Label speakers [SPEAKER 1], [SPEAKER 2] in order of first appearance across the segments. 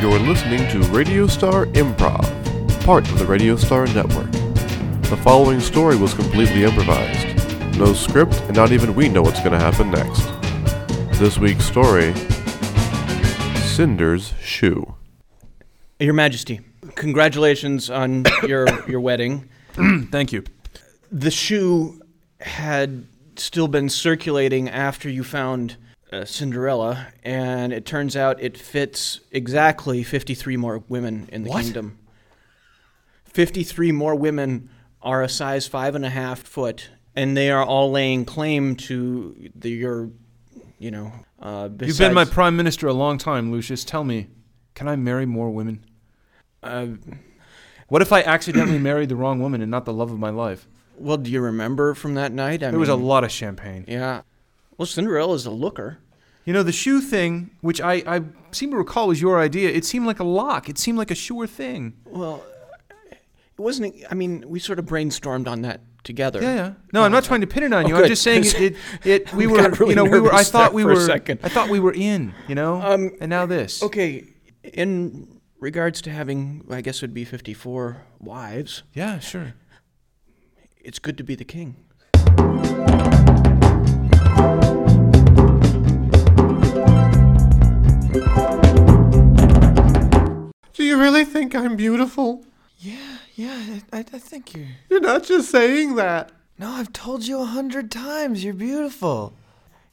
[SPEAKER 1] You're listening to Radio Star Improv, part of the Radio Star Network. The following story was completely improvised. No script, and not even we know what's going to happen next. This week's story Cinder's Shoe.
[SPEAKER 2] Your Majesty, congratulations on your your wedding.
[SPEAKER 3] Thank you.
[SPEAKER 2] The shoe had still been circulating after you found uh, Cinderella, and it turns out it fits exactly 53 more women in the
[SPEAKER 3] What?
[SPEAKER 2] kingdom. 53 more women are a size five and a half foot, and they are all laying claim to the, your, you know. Uh,
[SPEAKER 3] You've been my
[SPEAKER 2] besides-
[SPEAKER 3] prime minister a long time, Lucius. Tell me, can I marry more women?
[SPEAKER 2] uh,
[SPEAKER 3] What if I accidentally married the wrong woman and not the love of my life?
[SPEAKER 2] well, do you remember from that night? I
[SPEAKER 3] There was a lot of champagne.
[SPEAKER 2] Yeah. Well, Cinderella's a looker.
[SPEAKER 3] You know, the shoe thing, which I, I seem to recall was your idea, it seemed like a lock. It seemed like a sure thing.
[SPEAKER 2] Well, it wasn't. I mean, we sort of brainstormed on that together.
[SPEAKER 3] Yeah, yeah. No, I'm not trying to pin it on you.
[SPEAKER 2] Oh,
[SPEAKER 3] I'm
[SPEAKER 2] good.
[SPEAKER 3] just saying it. it, it we
[SPEAKER 2] I
[SPEAKER 3] were,
[SPEAKER 2] got really
[SPEAKER 3] you know, we were. I
[SPEAKER 2] nervous
[SPEAKER 3] thought
[SPEAKER 2] there
[SPEAKER 3] we
[SPEAKER 2] for a
[SPEAKER 3] were.
[SPEAKER 2] second.
[SPEAKER 3] I thought we were in. You know.
[SPEAKER 2] Um,
[SPEAKER 3] and now this.
[SPEAKER 2] Okay. In regards to having, I guess it would be 54 wives,
[SPEAKER 3] Yeah, sure.
[SPEAKER 2] it's good to be the king.
[SPEAKER 1] Do you really think I'm beautiful?
[SPEAKER 4] Yeah, yeah, I, I think you're.
[SPEAKER 1] You're not just saying that.
[SPEAKER 4] No, I've told you a hundred times you're beautiful.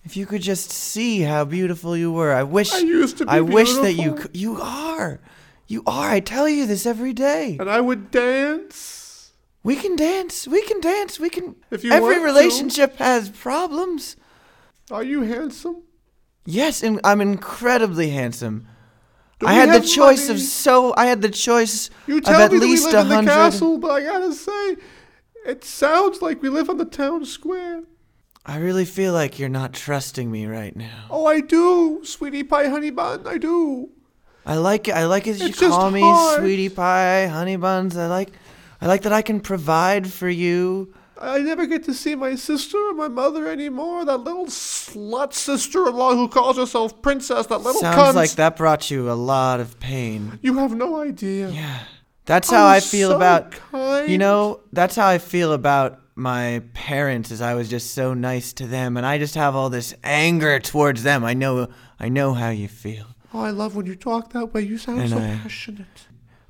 [SPEAKER 4] If you could just see how beautiful you were, I wish.
[SPEAKER 1] I used to be
[SPEAKER 4] I wish that you
[SPEAKER 1] beautiful.
[SPEAKER 4] c- you are, you are. I tell you this every day.
[SPEAKER 1] And I would dance.
[SPEAKER 4] We can dance. We can dance. We can.
[SPEAKER 1] If you
[SPEAKER 4] every
[SPEAKER 1] want to.
[SPEAKER 4] relationship has problems.
[SPEAKER 1] Are you handsome?
[SPEAKER 4] Yes, and I'm incredibly handsome.
[SPEAKER 1] Do
[SPEAKER 4] I
[SPEAKER 1] we
[SPEAKER 4] had the
[SPEAKER 1] have
[SPEAKER 4] choice
[SPEAKER 1] money?
[SPEAKER 4] of so. I had the choice
[SPEAKER 1] You
[SPEAKER 4] of
[SPEAKER 1] tell
[SPEAKER 4] at
[SPEAKER 1] me that we
[SPEAKER 4] least
[SPEAKER 1] live
[SPEAKER 4] a
[SPEAKER 1] in the
[SPEAKER 4] hundred.
[SPEAKER 1] castle, but I gotta say, it sounds like we live on the town square.
[SPEAKER 4] I really feel like you're not trusting me right now.
[SPEAKER 1] Oh, I do, sweetie pie, honey bun, I do.
[SPEAKER 4] I like it. I like it. that You
[SPEAKER 1] It's just
[SPEAKER 4] call me
[SPEAKER 1] hard.
[SPEAKER 4] sweetie pie, honey buns. I like, I like that I can provide for you.
[SPEAKER 1] I never get to see my sister or my mother anymore. That little slut sister-in-law who calls herself princess. That little
[SPEAKER 4] Sounds
[SPEAKER 1] cunt.
[SPEAKER 4] like that brought you a lot of pain.
[SPEAKER 1] You have no idea.
[SPEAKER 4] Yeah, that's how
[SPEAKER 1] Oh,
[SPEAKER 4] I feel
[SPEAKER 1] so
[SPEAKER 4] about. You
[SPEAKER 1] kind.
[SPEAKER 4] know, that's how I feel about my parents. Is I was just so nice to them, and I just have all this anger towards them. I know, I know how you feel,
[SPEAKER 1] Oh, I love when you talk that way. You sound
[SPEAKER 4] And
[SPEAKER 1] so
[SPEAKER 4] I-
[SPEAKER 1] passionate.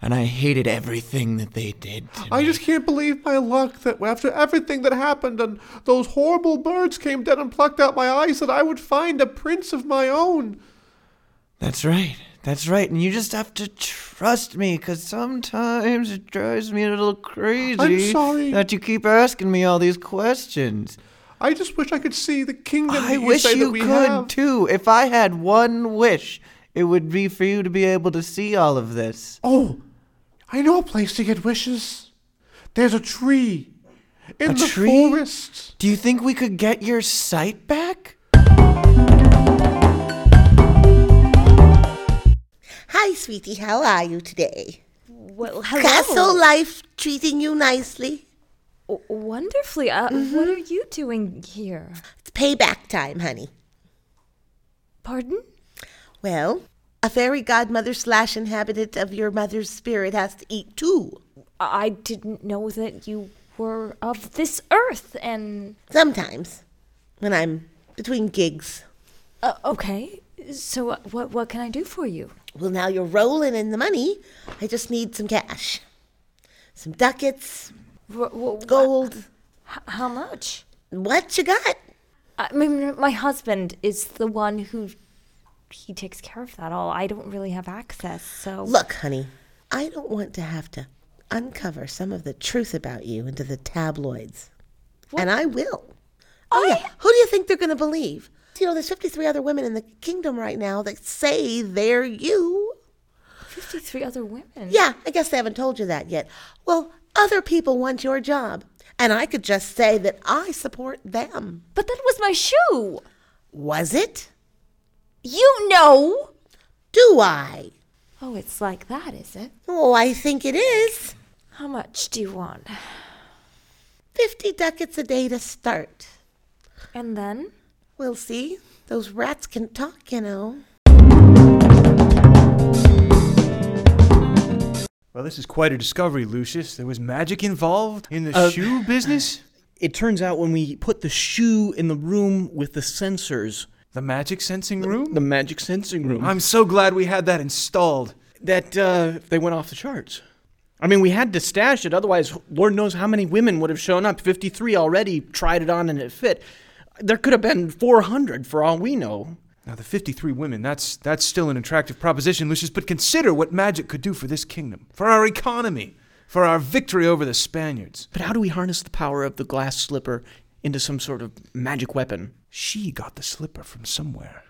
[SPEAKER 4] and I hated everything that they did. To
[SPEAKER 1] I
[SPEAKER 4] me.
[SPEAKER 1] just can't believe my luck that after everything that happened and those horrible birds came down and plucked out my eyes, that I would find a prince of my own.
[SPEAKER 4] That's right. That's right. And you just have to trust me, 'cause sometimes it drives me a little crazy.
[SPEAKER 1] sorry.
[SPEAKER 4] That you keep asking me all these questions.
[SPEAKER 1] I just wish I could see the kingdom
[SPEAKER 4] I
[SPEAKER 1] that you
[SPEAKER 4] wish
[SPEAKER 1] say that
[SPEAKER 4] you
[SPEAKER 1] we
[SPEAKER 4] could
[SPEAKER 1] have.
[SPEAKER 4] too. If I had one wish, it would be for you to be able to see all of this.
[SPEAKER 1] Oh, I know a place to get wishes. There's a tree in
[SPEAKER 4] A
[SPEAKER 1] the
[SPEAKER 4] tree?
[SPEAKER 1] forest.
[SPEAKER 4] Do you think we could get your sight back?
[SPEAKER 5] Hi, sweetie. How are you today?
[SPEAKER 6] Well, hello.
[SPEAKER 5] Castle life treating you nicely?
[SPEAKER 6] W- wonderfully. Uh,
[SPEAKER 5] Mm-hmm.
[SPEAKER 6] What are you doing here?
[SPEAKER 5] It's payback time, honey.
[SPEAKER 6] Pardon?
[SPEAKER 5] Well, a fairy godmother slash inhabitant of your mother's spirit has to eat too.
[SPEAKER 6] I I didn't know that you were of this earth. And
[SPEAKER 5] Sometimes, when I'm between gigs.
[SPEAKER 6] uh, okay, so uh, what what can I do for you?
[SPEAKER 5] Well, now you're rolling in the money. I just need some cash. Some ducats,
[SPEAKER 6] Wh- wh-
[SPEAKER 5] gold.
[SPEAKER 6] h- how much?
[SPEAKER 5] What you got?
[SPEAKER 6] I mean, my husband is the one who he takes care of that all. I don't really have access. So
[SPEAKER 5] Look, honey, I don't want to have to uncover some of the truth about you into the tabloids. And I will. Oh, yeah. Who do you think they're going to believe? You know, there's 53 other women in the kingdom right now that say they're you.
[SPEAKER 6] fifty three other women.
[SPEAKER 5] Yeah, I guess they haven't told you that yet. Well, other people want your job. And I could just say that I support them.
[SPEAKER 6] But that was my shoe.
[SPEAKER 5] Was it?
[SPEAKER 6] You know.
[SPEAKER 5] Do I?
[SPEAKER 6] Oh, it's like that, is it?
[SPEAKER 5] Oh, I think it is.
[SPEAKER 6] How much do you want?
[SPEAKER 5] 50 ducats a day to start.
[SPEAKER 6] And then.
[SPEAKER 5] We'll see. Those rats can talk, you know.
[SPEAKER 3] this is quite a discovery, Lucius. There was magic involved in
[SPEAKER 2] Uh,
[SPEAKER 3] the shoe business?
[SPEAKER 2] It turns out when we put the shoe in the room with the sensors,
[SPEAKER 3] The magic sensing room?
[SPEAKER 2] the magic sensing room,
[SPEAKER 3] I'm so glad we had that installed.
[SPEAKER 2] that uh, they went off the charts. I mean, we had to stash it, otherwise, Lord knows how many women would have shown up. 53 already tried it on and it fit. There could have been 400 for all we know.
[SPEAKER 3] Now the 53 women, that's that's still an attractive proposition, Lucius, but consider what magic could do for this kingdom, for our economy, for our victory over the Spaniards.
[SPEAKER 2] But how do we harness the power of the glass slipper into some sort of magic weapon?
[SPEAKER 3] She got the slipper from somewhere.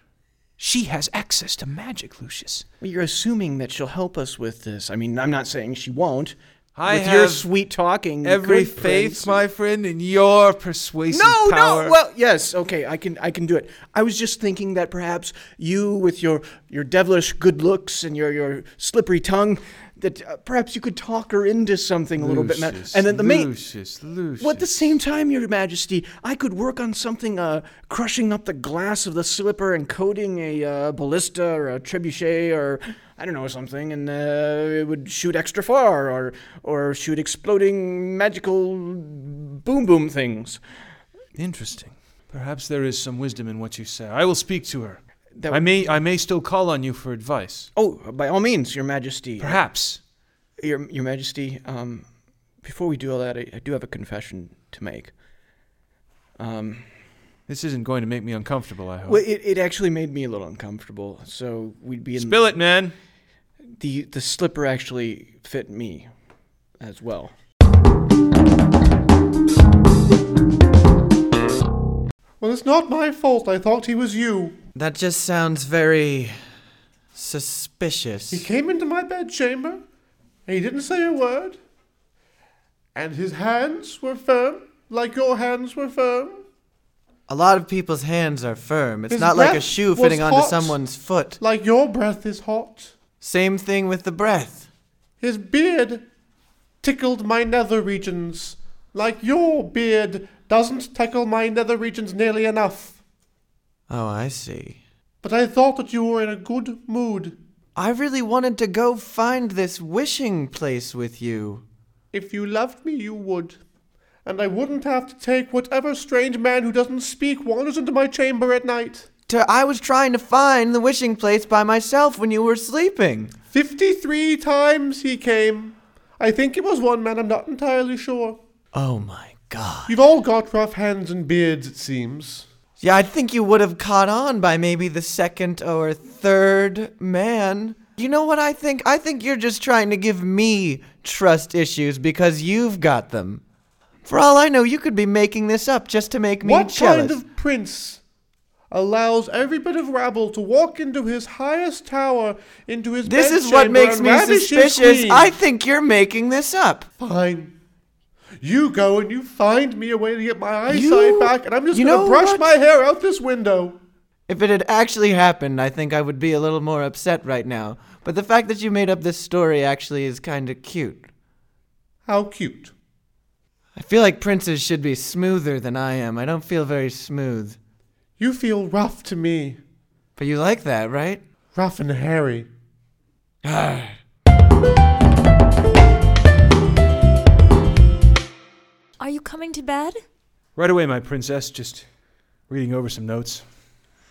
[SPEAKER 3] She has access to magic, Lucius.
[SPEAKER 2] Well, you're assuming that she'll help us with this. I mean, I'm not saying she won't.
[SPEAKER 3] I
[SPEAKER 2] with your
[SPEAKER 3] have
[SPEAKER 2] sweet talking, you
[SPEAKER 3] Every
[SPEAKER 2] could,
[SPEAKER 3] faith,
[SPEAKER 2] Prince.
[SPEAKER 3] my friend, in your persuasive
[SPEAKER 2] No,
[SPEAKER 3] power.
[SPEAKER 2] no. Well, yes. Okay, I can, I can do it. I was just thinking that perhaps you, with your your devilish good looks and your your slippery tongue, that uh, perhaps you could talk her into something a little bit. ma-
[SPEAKER 3] Lucius,
[SPEAKER 2] And then the main.
[SPEAKER 3] Lucius, Lucius.
[SPEAKER 2] Well, at the same time, Your Majesty, I could work on something, uh, crushing up the glass of the slipper and coating a uh, ballista or a trebuchet or I don't know something, and uh, it would shoot extra far or or shoot exploding magical boom boom things.
[SPEAKER 3] Interesting. Perhaps there is some wisdom in what you say. I will speak to her.
[SPEAKER 2] That
[SPEAKER 3] I may I may still call on you for advice.
[SPEAKER 2] Oh, by all means, Your Majesty.
[SPEAKER 3] Perhaps.
[SPEAKER 2] Your Your Majesty. Um, before we do all that, I, I do have a confession to make. Um,
[SPEAKER 3] This isn't going to make me uncomfortable, I hope.
[SPEAKER 2] well, it, it actually made me a little uncomfortable, so we'd be in
[SPEAKER 3] Spill it, man.
[SPEAKER 2] the the slipper actually fit me as well.
[SPEAKER 1] Well, it's not my fault. I thought he was you.
[SPEAKER 4] That just sounds very
[SPEAKER 1] He
[SPEAKER 4] suspicious.
[SPEAKER 1] came into my bedchamber, and he didn't say a word. And his hands were firm, like your hands were firm.
[SPEAKER 4] A lot of people's hands are firm. It's
[SPEAKER 1] His
[SPEAKER 4] not like a
[SPEAKER 1] breath
[SPEAKER 4] shoe
[SPEAKER 1] was
[SPEAKER 4] fitting onto
[SPEAKER 1] hot.
[SPEAKER 4] someone's foot.
[SPEAKER 1] Like your breath is hot.
[SPEAKER 4] Same thing with the breath.
[SPEAKER 1] His beard tickled my nether regions, like your beard doesn't tickle my nether regions nearly enough.
[SPEAKER 4] Oh, I see.
[SPEAKER 1] But I thought that you were in a good mood.
[SPEAKER 4] I really wanted to go find this wishing place with you.
[SPEAKER 1] If you loved me, you would. And I wouldn't have to take whatever strange man who doesn't speak wanders into my chamber at night.
[SPEAKER 4] To, I was trying to find the wishing place by myself when you were sleeping.
[SPEAKER 1] Fifty three times he came. I think it was one man, I'm not entirely sure.
[SPEAKER 4] Oh my god.
[SPEAKER 1] You've all got rough hands and beards, it seems.
[SPEAKER 4] Yeah, I think you would have caught on by maybe the second or third man. You know what I think? I think you're just trying to give me trust issues because you've got them. For all I know, you could be making this up just to make me
[SPEAKER 1] what
[SPEAKER 4] jealous.
[SPEAKER 1] kind of prince allows every bit of rabble to walk into his highest tower, into his
[SPEAKER 4] this is
[SPEAKER 1] bedchamber
[SPEAKER 4] what makes
[SPEAKER 1] and
[SPEAKER 4] me
[SPEAKER 1] ravish his
[SPEAKER 4] suspicious.
[SPEAKER 1] queen?
[SPEAKER 4] I think you're making this up.
[SPEAKER 1] fine. You go and you find me a way to get my eyesight
[SPEAKER 4] You-
[SPEAKER 1] back, and I'm just
[SPEAKER 4] you
[SPEAKER 1] gonna
[SPEAKER 4] know
[SPEAKER 1] brush
[SPEAKER 4] what?
[SPEAKER 1] my hair out this window.
[SPEAKER 4] If it had actually happened, I think I would be a little more upset right now. But the fact that you made up this story actually is kind of cute.
[SPEAKER 1] How cute.
[SPEAKER 4] I feel like princes should be smoother than I am. I don't feel very smooth.
[SPEAKER 1] You feel rough to me.
[SPEAKER 4] But you like that, right?
[SPEAKER 1] Rough and hairy.
[SPEAKER 6] Are you coming to bed?
[SPEAKER 3] Right away, my princess, just reading over some notes.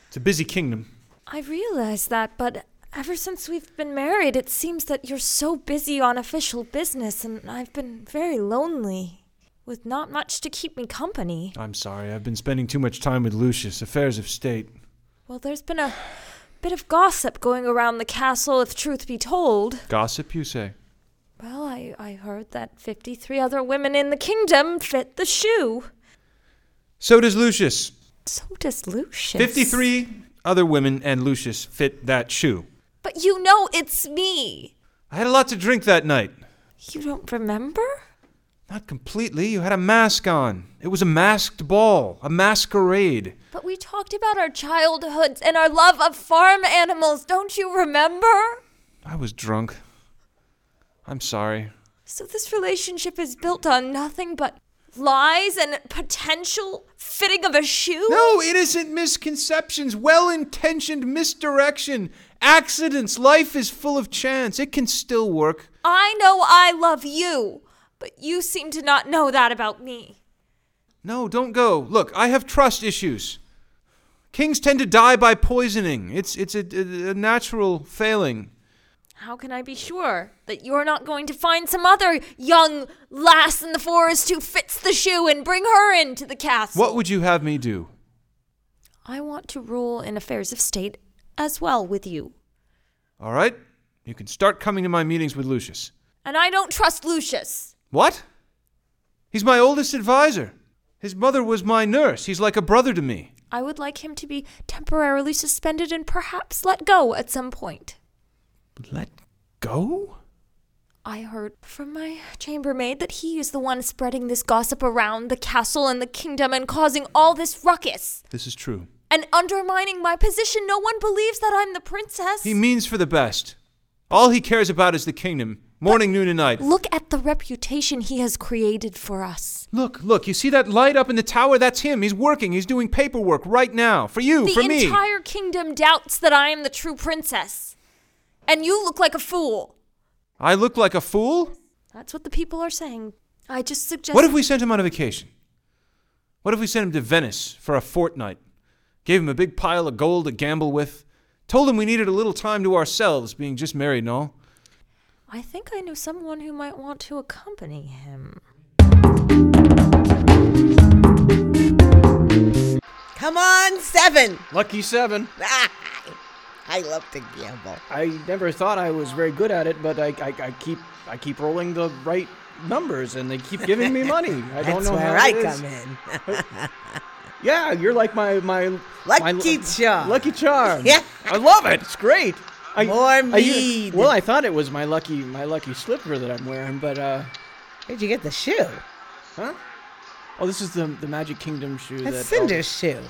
[SPEAKER 3] It's a busy kingdom.
[SPEAKER 6] I realize that, but ever since we've been married, it seems that you're so busy on official business, and I've been very lonely with not much to keep me company.
[SPEAKER 3] I'm sorry, I've been spending too much time with Lucius, affairs of state.
[SPEAKER 6] Well, there's been a bit of gossip going around the castle, if truth be told.
[SPEAKER 3] Gossip, you say?
[SPEAKER 6] Well, I, I heard that 53 other women in the kingdom fit the shoe.
[SPEAKER 3] So does Lucius.
[SPEAKER 6] So does Lucius.
[SPEAKER 3] 53 other women and Lucius fit that shoe.
[SPEAKER 6] But you know it's me.
[SPEAKER 3] I had a lot to drink that night.
[SPEAKER 6] You don't remember?
[SPEAKER 3] Not completely. You had a mask on. It was a masked ball, a masquerade.
[SPEAKER 6] But we talked about our childhoods and our love of farm animals. Don't you remember?
[SPEAKER 3] I was drunk. I'm sorry.
[SPEAKER 6] So this relationship is built on nothing but lies and potential fitting of a shoe?
[SPEAKER 3] No, innocent misconceptions, well intentioned misdirection, accidents. Life is full of chance. It can still work.
[SPEAKER 6] I know I love you, but you seem to not know that about me.
[SPEAKER 3] No, don't go. Look, I have trust issues. Kings tend to die by poisoning. It's it's a, a, a natural failing.
[SPEAKER 6] How can I be sure that you're not going to find some other young lass in the forest who fits the shoe and bring her into the castle?
[SPEAKER 3] What would you have me do?
[SPEAKER 6] I want to rule in affairs of state as well with you.
[SPEAKER 3] All right? You can start coming to my meetings with Lucius.
[SPEAKER 6] And I don't trust Lucius.
[SPEAKER 3] What? He's my oldest advisor. His mother was my nurse. He's like a brother to me.
[SPEAKER 6] I would like him to be temporarily suspended and perhaps let go at some point.
[SPEAKER 3] Let go?
[SPEAKER 6] I heard from my chambermaid that he is the one spreading this gossip around the castle and the kingdom and causing all this ruckus
[SPEAKER 3] This is true.
[SPEAKER 6] and undermining my position. No one believes that I'm the princess.
[SPEAKER 3] He means for the best. All he cares about is the kingdom, morning, noon, and night.
[SPEAKER 6] Look at the reputation he has created for us.
[SPEAKER 3] Look, look, you see that light up in the tower? That's him. He's working. He's doing paperwork right now. For you,
[SPEAKER 6] the
[SPEAKER 3] for me.
[SPEAKER 6] entire kingdom doubts that I am the true princess. And you look like a fool.
[SPEAKER 3] I look like a fool?
[SPEAKER 6] That's what the people are saying. I just suggest.
[SPEAKER 3] What if we sent him on a vacation? What if we sent him to Venice for a fortnight? Gave him a big pile of gold to gamble with? Told him we needed a little time to ourselves, being just married and all?
[SPEAKER 6] I think I know someone who might want to accompany him.
[SPEAKER 5] Come on, seven.
[SPEAKER 2] Lucky seven.
[SPEAKER 5] Ah, I love to gamble.
[SPEAKER 2] I never thought I was very good at it, but I, I, I keep I keep rolling the right numbers, and they keep giving me money. I don't
[SPEAKER 5] That's
[SPEAKER 2] know
[SPEAKER 5] where
[SPEAKER 2] how
[SPEAKER 5] I
[SPEAKER 2] it is.
[SPEAKER 5] come in.
[SPEAKER 2] Yeah, you're like my my my-
[SPEAKER 5] Lucky charm.
[SPEAKER 2] Lucky charm.
[SPEAKER 5] Yeah.
[SPEAKER 2] I love it. It's great. I,
[SPEAKER 5] More
[SPEAKER 2] I u-
[SPEAKER 5] mead.
[SPEAKER 2] well, I thought it was my lucky my lucky slipper that I'm wearing, but uh,
[SPEAKER 5] Where'd you get the shoe?
[SPEAKER 2] huh? Oh, this is the the Magic Kingdom shoe.
[SPEAKER 5] That's
[SPEAKER 2] that oh,
[SPEAKER 5] Cinder's shoe.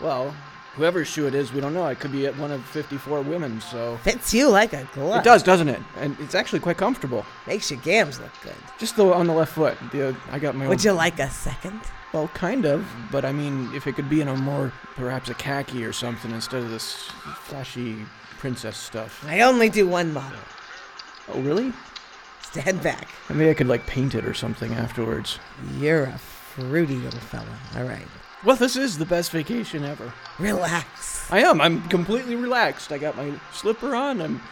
[SPEAKER 2] Well, whoever's shoe it is, we don't know. It could be at one of 54 women, so.
[SPEAKER 5] Fits you like a glove.
[SPEAKER 2] It does, doesn't it? And it's actually quite comfortable.
[SPEAKER 5] Makes your gams look good.
[SPEAKER 2] Just the on the left foot. The, uh, I got my own.
[SPEAKER 5] Would you like a second?
[SPEAKER 2] Well, kind of, but I mean, if it could be in a more, perhaps a khaki or something instead of this flashy princess stuff.
[SPEAKER 5] I only do one model.
[SPEAKER 2] Oh, really?
[SPEAKER 5] Stand back.
[SPEAKER 2] Maybe I could, like, paint it or something afterwards.
[SPEAKER 5] You're a fruity little fella. All right.
[SPEAKER 2] Well, this is the best vacation ever.
[SPEAKER 5] Relax.
[SPEAKER 2] I am. I'm completely relaxed. I got my slipper on. I'm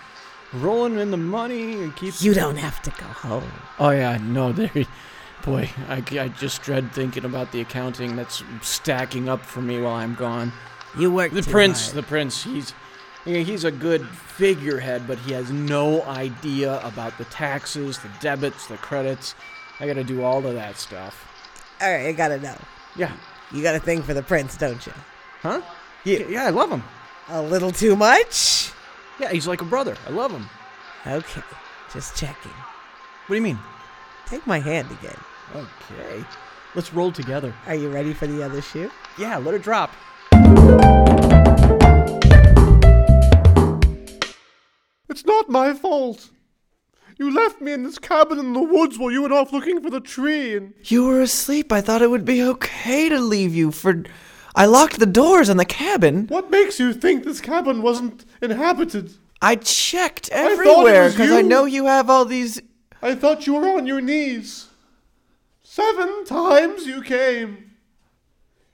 [SPEAKER 2] rolling in the money and keep.
[SPEAKER 5] You don't have to go home.
[SPEAKER 2] Oh yeah, no, there. Boy, I, I just dread thinking about the accounting that's stacking up for me while I'm gone.
[SPEAKER 5] You work
[SPEAKER 2] The
[SPEAKER 5] too
[SPEAKER 2] prince,
[SPEAKER 5] hard.
[SPEAKER 2] the prince, he's yeah, he's a good figurehead, but he has no idea about the taxes, the debits, the credits. I got to do all of that stuff.
[SPEAKER 5] All right, I gotta know.
[SPEAKER 2] Yeah.
[SPEAKER 5] You got a thing for the prince, don't you?
[SPEAKER 2] Huh? Yeah, yeah, I love him.
[SPEAKER 5] A little too much?
[SPEAKER 2] Yeah, he's like a brother. I love him.
[SPEAKER 5] Okay, just checking.
[SPEAKER 2] What do you mean?
[SPEAKER 5] Take my hand again.
[SPEAKER 2] Okay. Let's roll together.
[SPEAKER 5] Are you ready for the other shoe?
[SPEAKER 2] Yeah, let it drop.
[SPEAKER 1] It's not my fault. You left me in this cabin in the woods while you went off looking for the tree and
[SPEAKER 4] You were asleep. I thought it would be okay to leave you for. I locked the doors on the cabin.
[SPEAKER 1] What makes you think this cabin wasn't inhabited?
[SPEAKER 4] I checked
[SPEAKER 1] thought it
[SPEAKER 4] everywhere
[SPEAKER 1] was
[SPEAKER 4] because I
[SPEAKER 1] you.
[SPEAKER 4] know you have all these.
[SPEAKER 1] I thought you were on your knees. Seven times you came.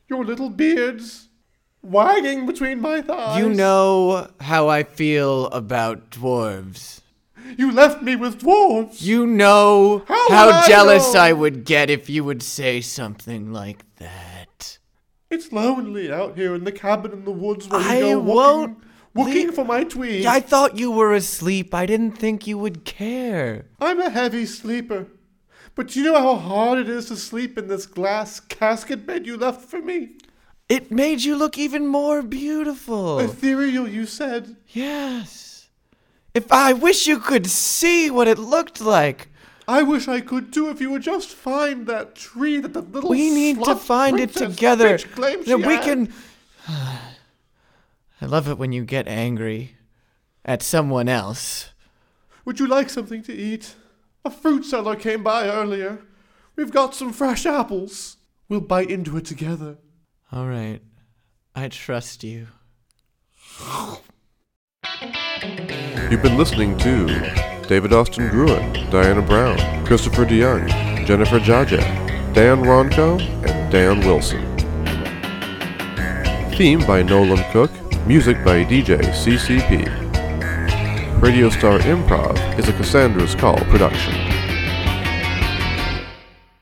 [SPEAKER 1] Your little beards wagging between my thighs.
[SPEAKER 4] You know how I feel about dwarves.
[SPEAKER 1] You left me with dwarves.
[SPEAKER 4] You know
[SPEAKER 1] How
[SPEAKER 4] how,
[SPEAKER 1] would I
[SPEAKER 4] jealous
[SPEAKER 1] know?
[SPEAKER 4] I would get if you would say something like that.
[SPEAKER 1] It's lonely out here in the cabin in the woods where
[SPEAKER 4] I
[SPEAKER 1] you go
[SPEAKER 4] won't
[SPEAKER 1] looking, looking
[SPEAKER 4] leave-
[SPEAKER 1] for my tweed.
[SPEAKER 4] I thought you were asleep. I didn't think you would care.
[SPEAKER 1] I'm a heavy sleeper. But you know how hard it is to sleep in this glass casket bed you left for me?
[SPEAKER 4] It made you look even more beautiful.
[SPEAKER 1] Ethereal, you said.
[SPEAKER 4] Yes. If I wish you could see what it looked like.
[SPEAKER 1] I wish I could too if you would just find that tree that the little
[SPEAKER 4] We need to
[SPEAKER 1] slut
[SPEAKER 4] find it
[SPEAKER 1] princess
[SPEAKER 4] together.
[SPEAKER 1] bitch claims
[SPEAKER 4] That
[SPEAKER 1] she
[SPEAKER 4] we
[SPEAKER 1] had.
[SPEAKER 4] can. I love it when you get angry at someone else.
[SPEAKER 1] Would you like something to eat? A fruit seller came by earlier. We've got some fresh apples. We'll bite into it together.
[SPEAKER 4] All right. I trust you.
[SPEAKER 1] You've been listening to
[SPEAKER 7] David Austin Gruen, Diana Brown, Christopher DeYoung, Jennifer Jajak, Dan Ronco, and Dan Wilson. Theme by Nolan Cook, music by DJ CCP. Radio Star Improv is a Cassandra's Call production.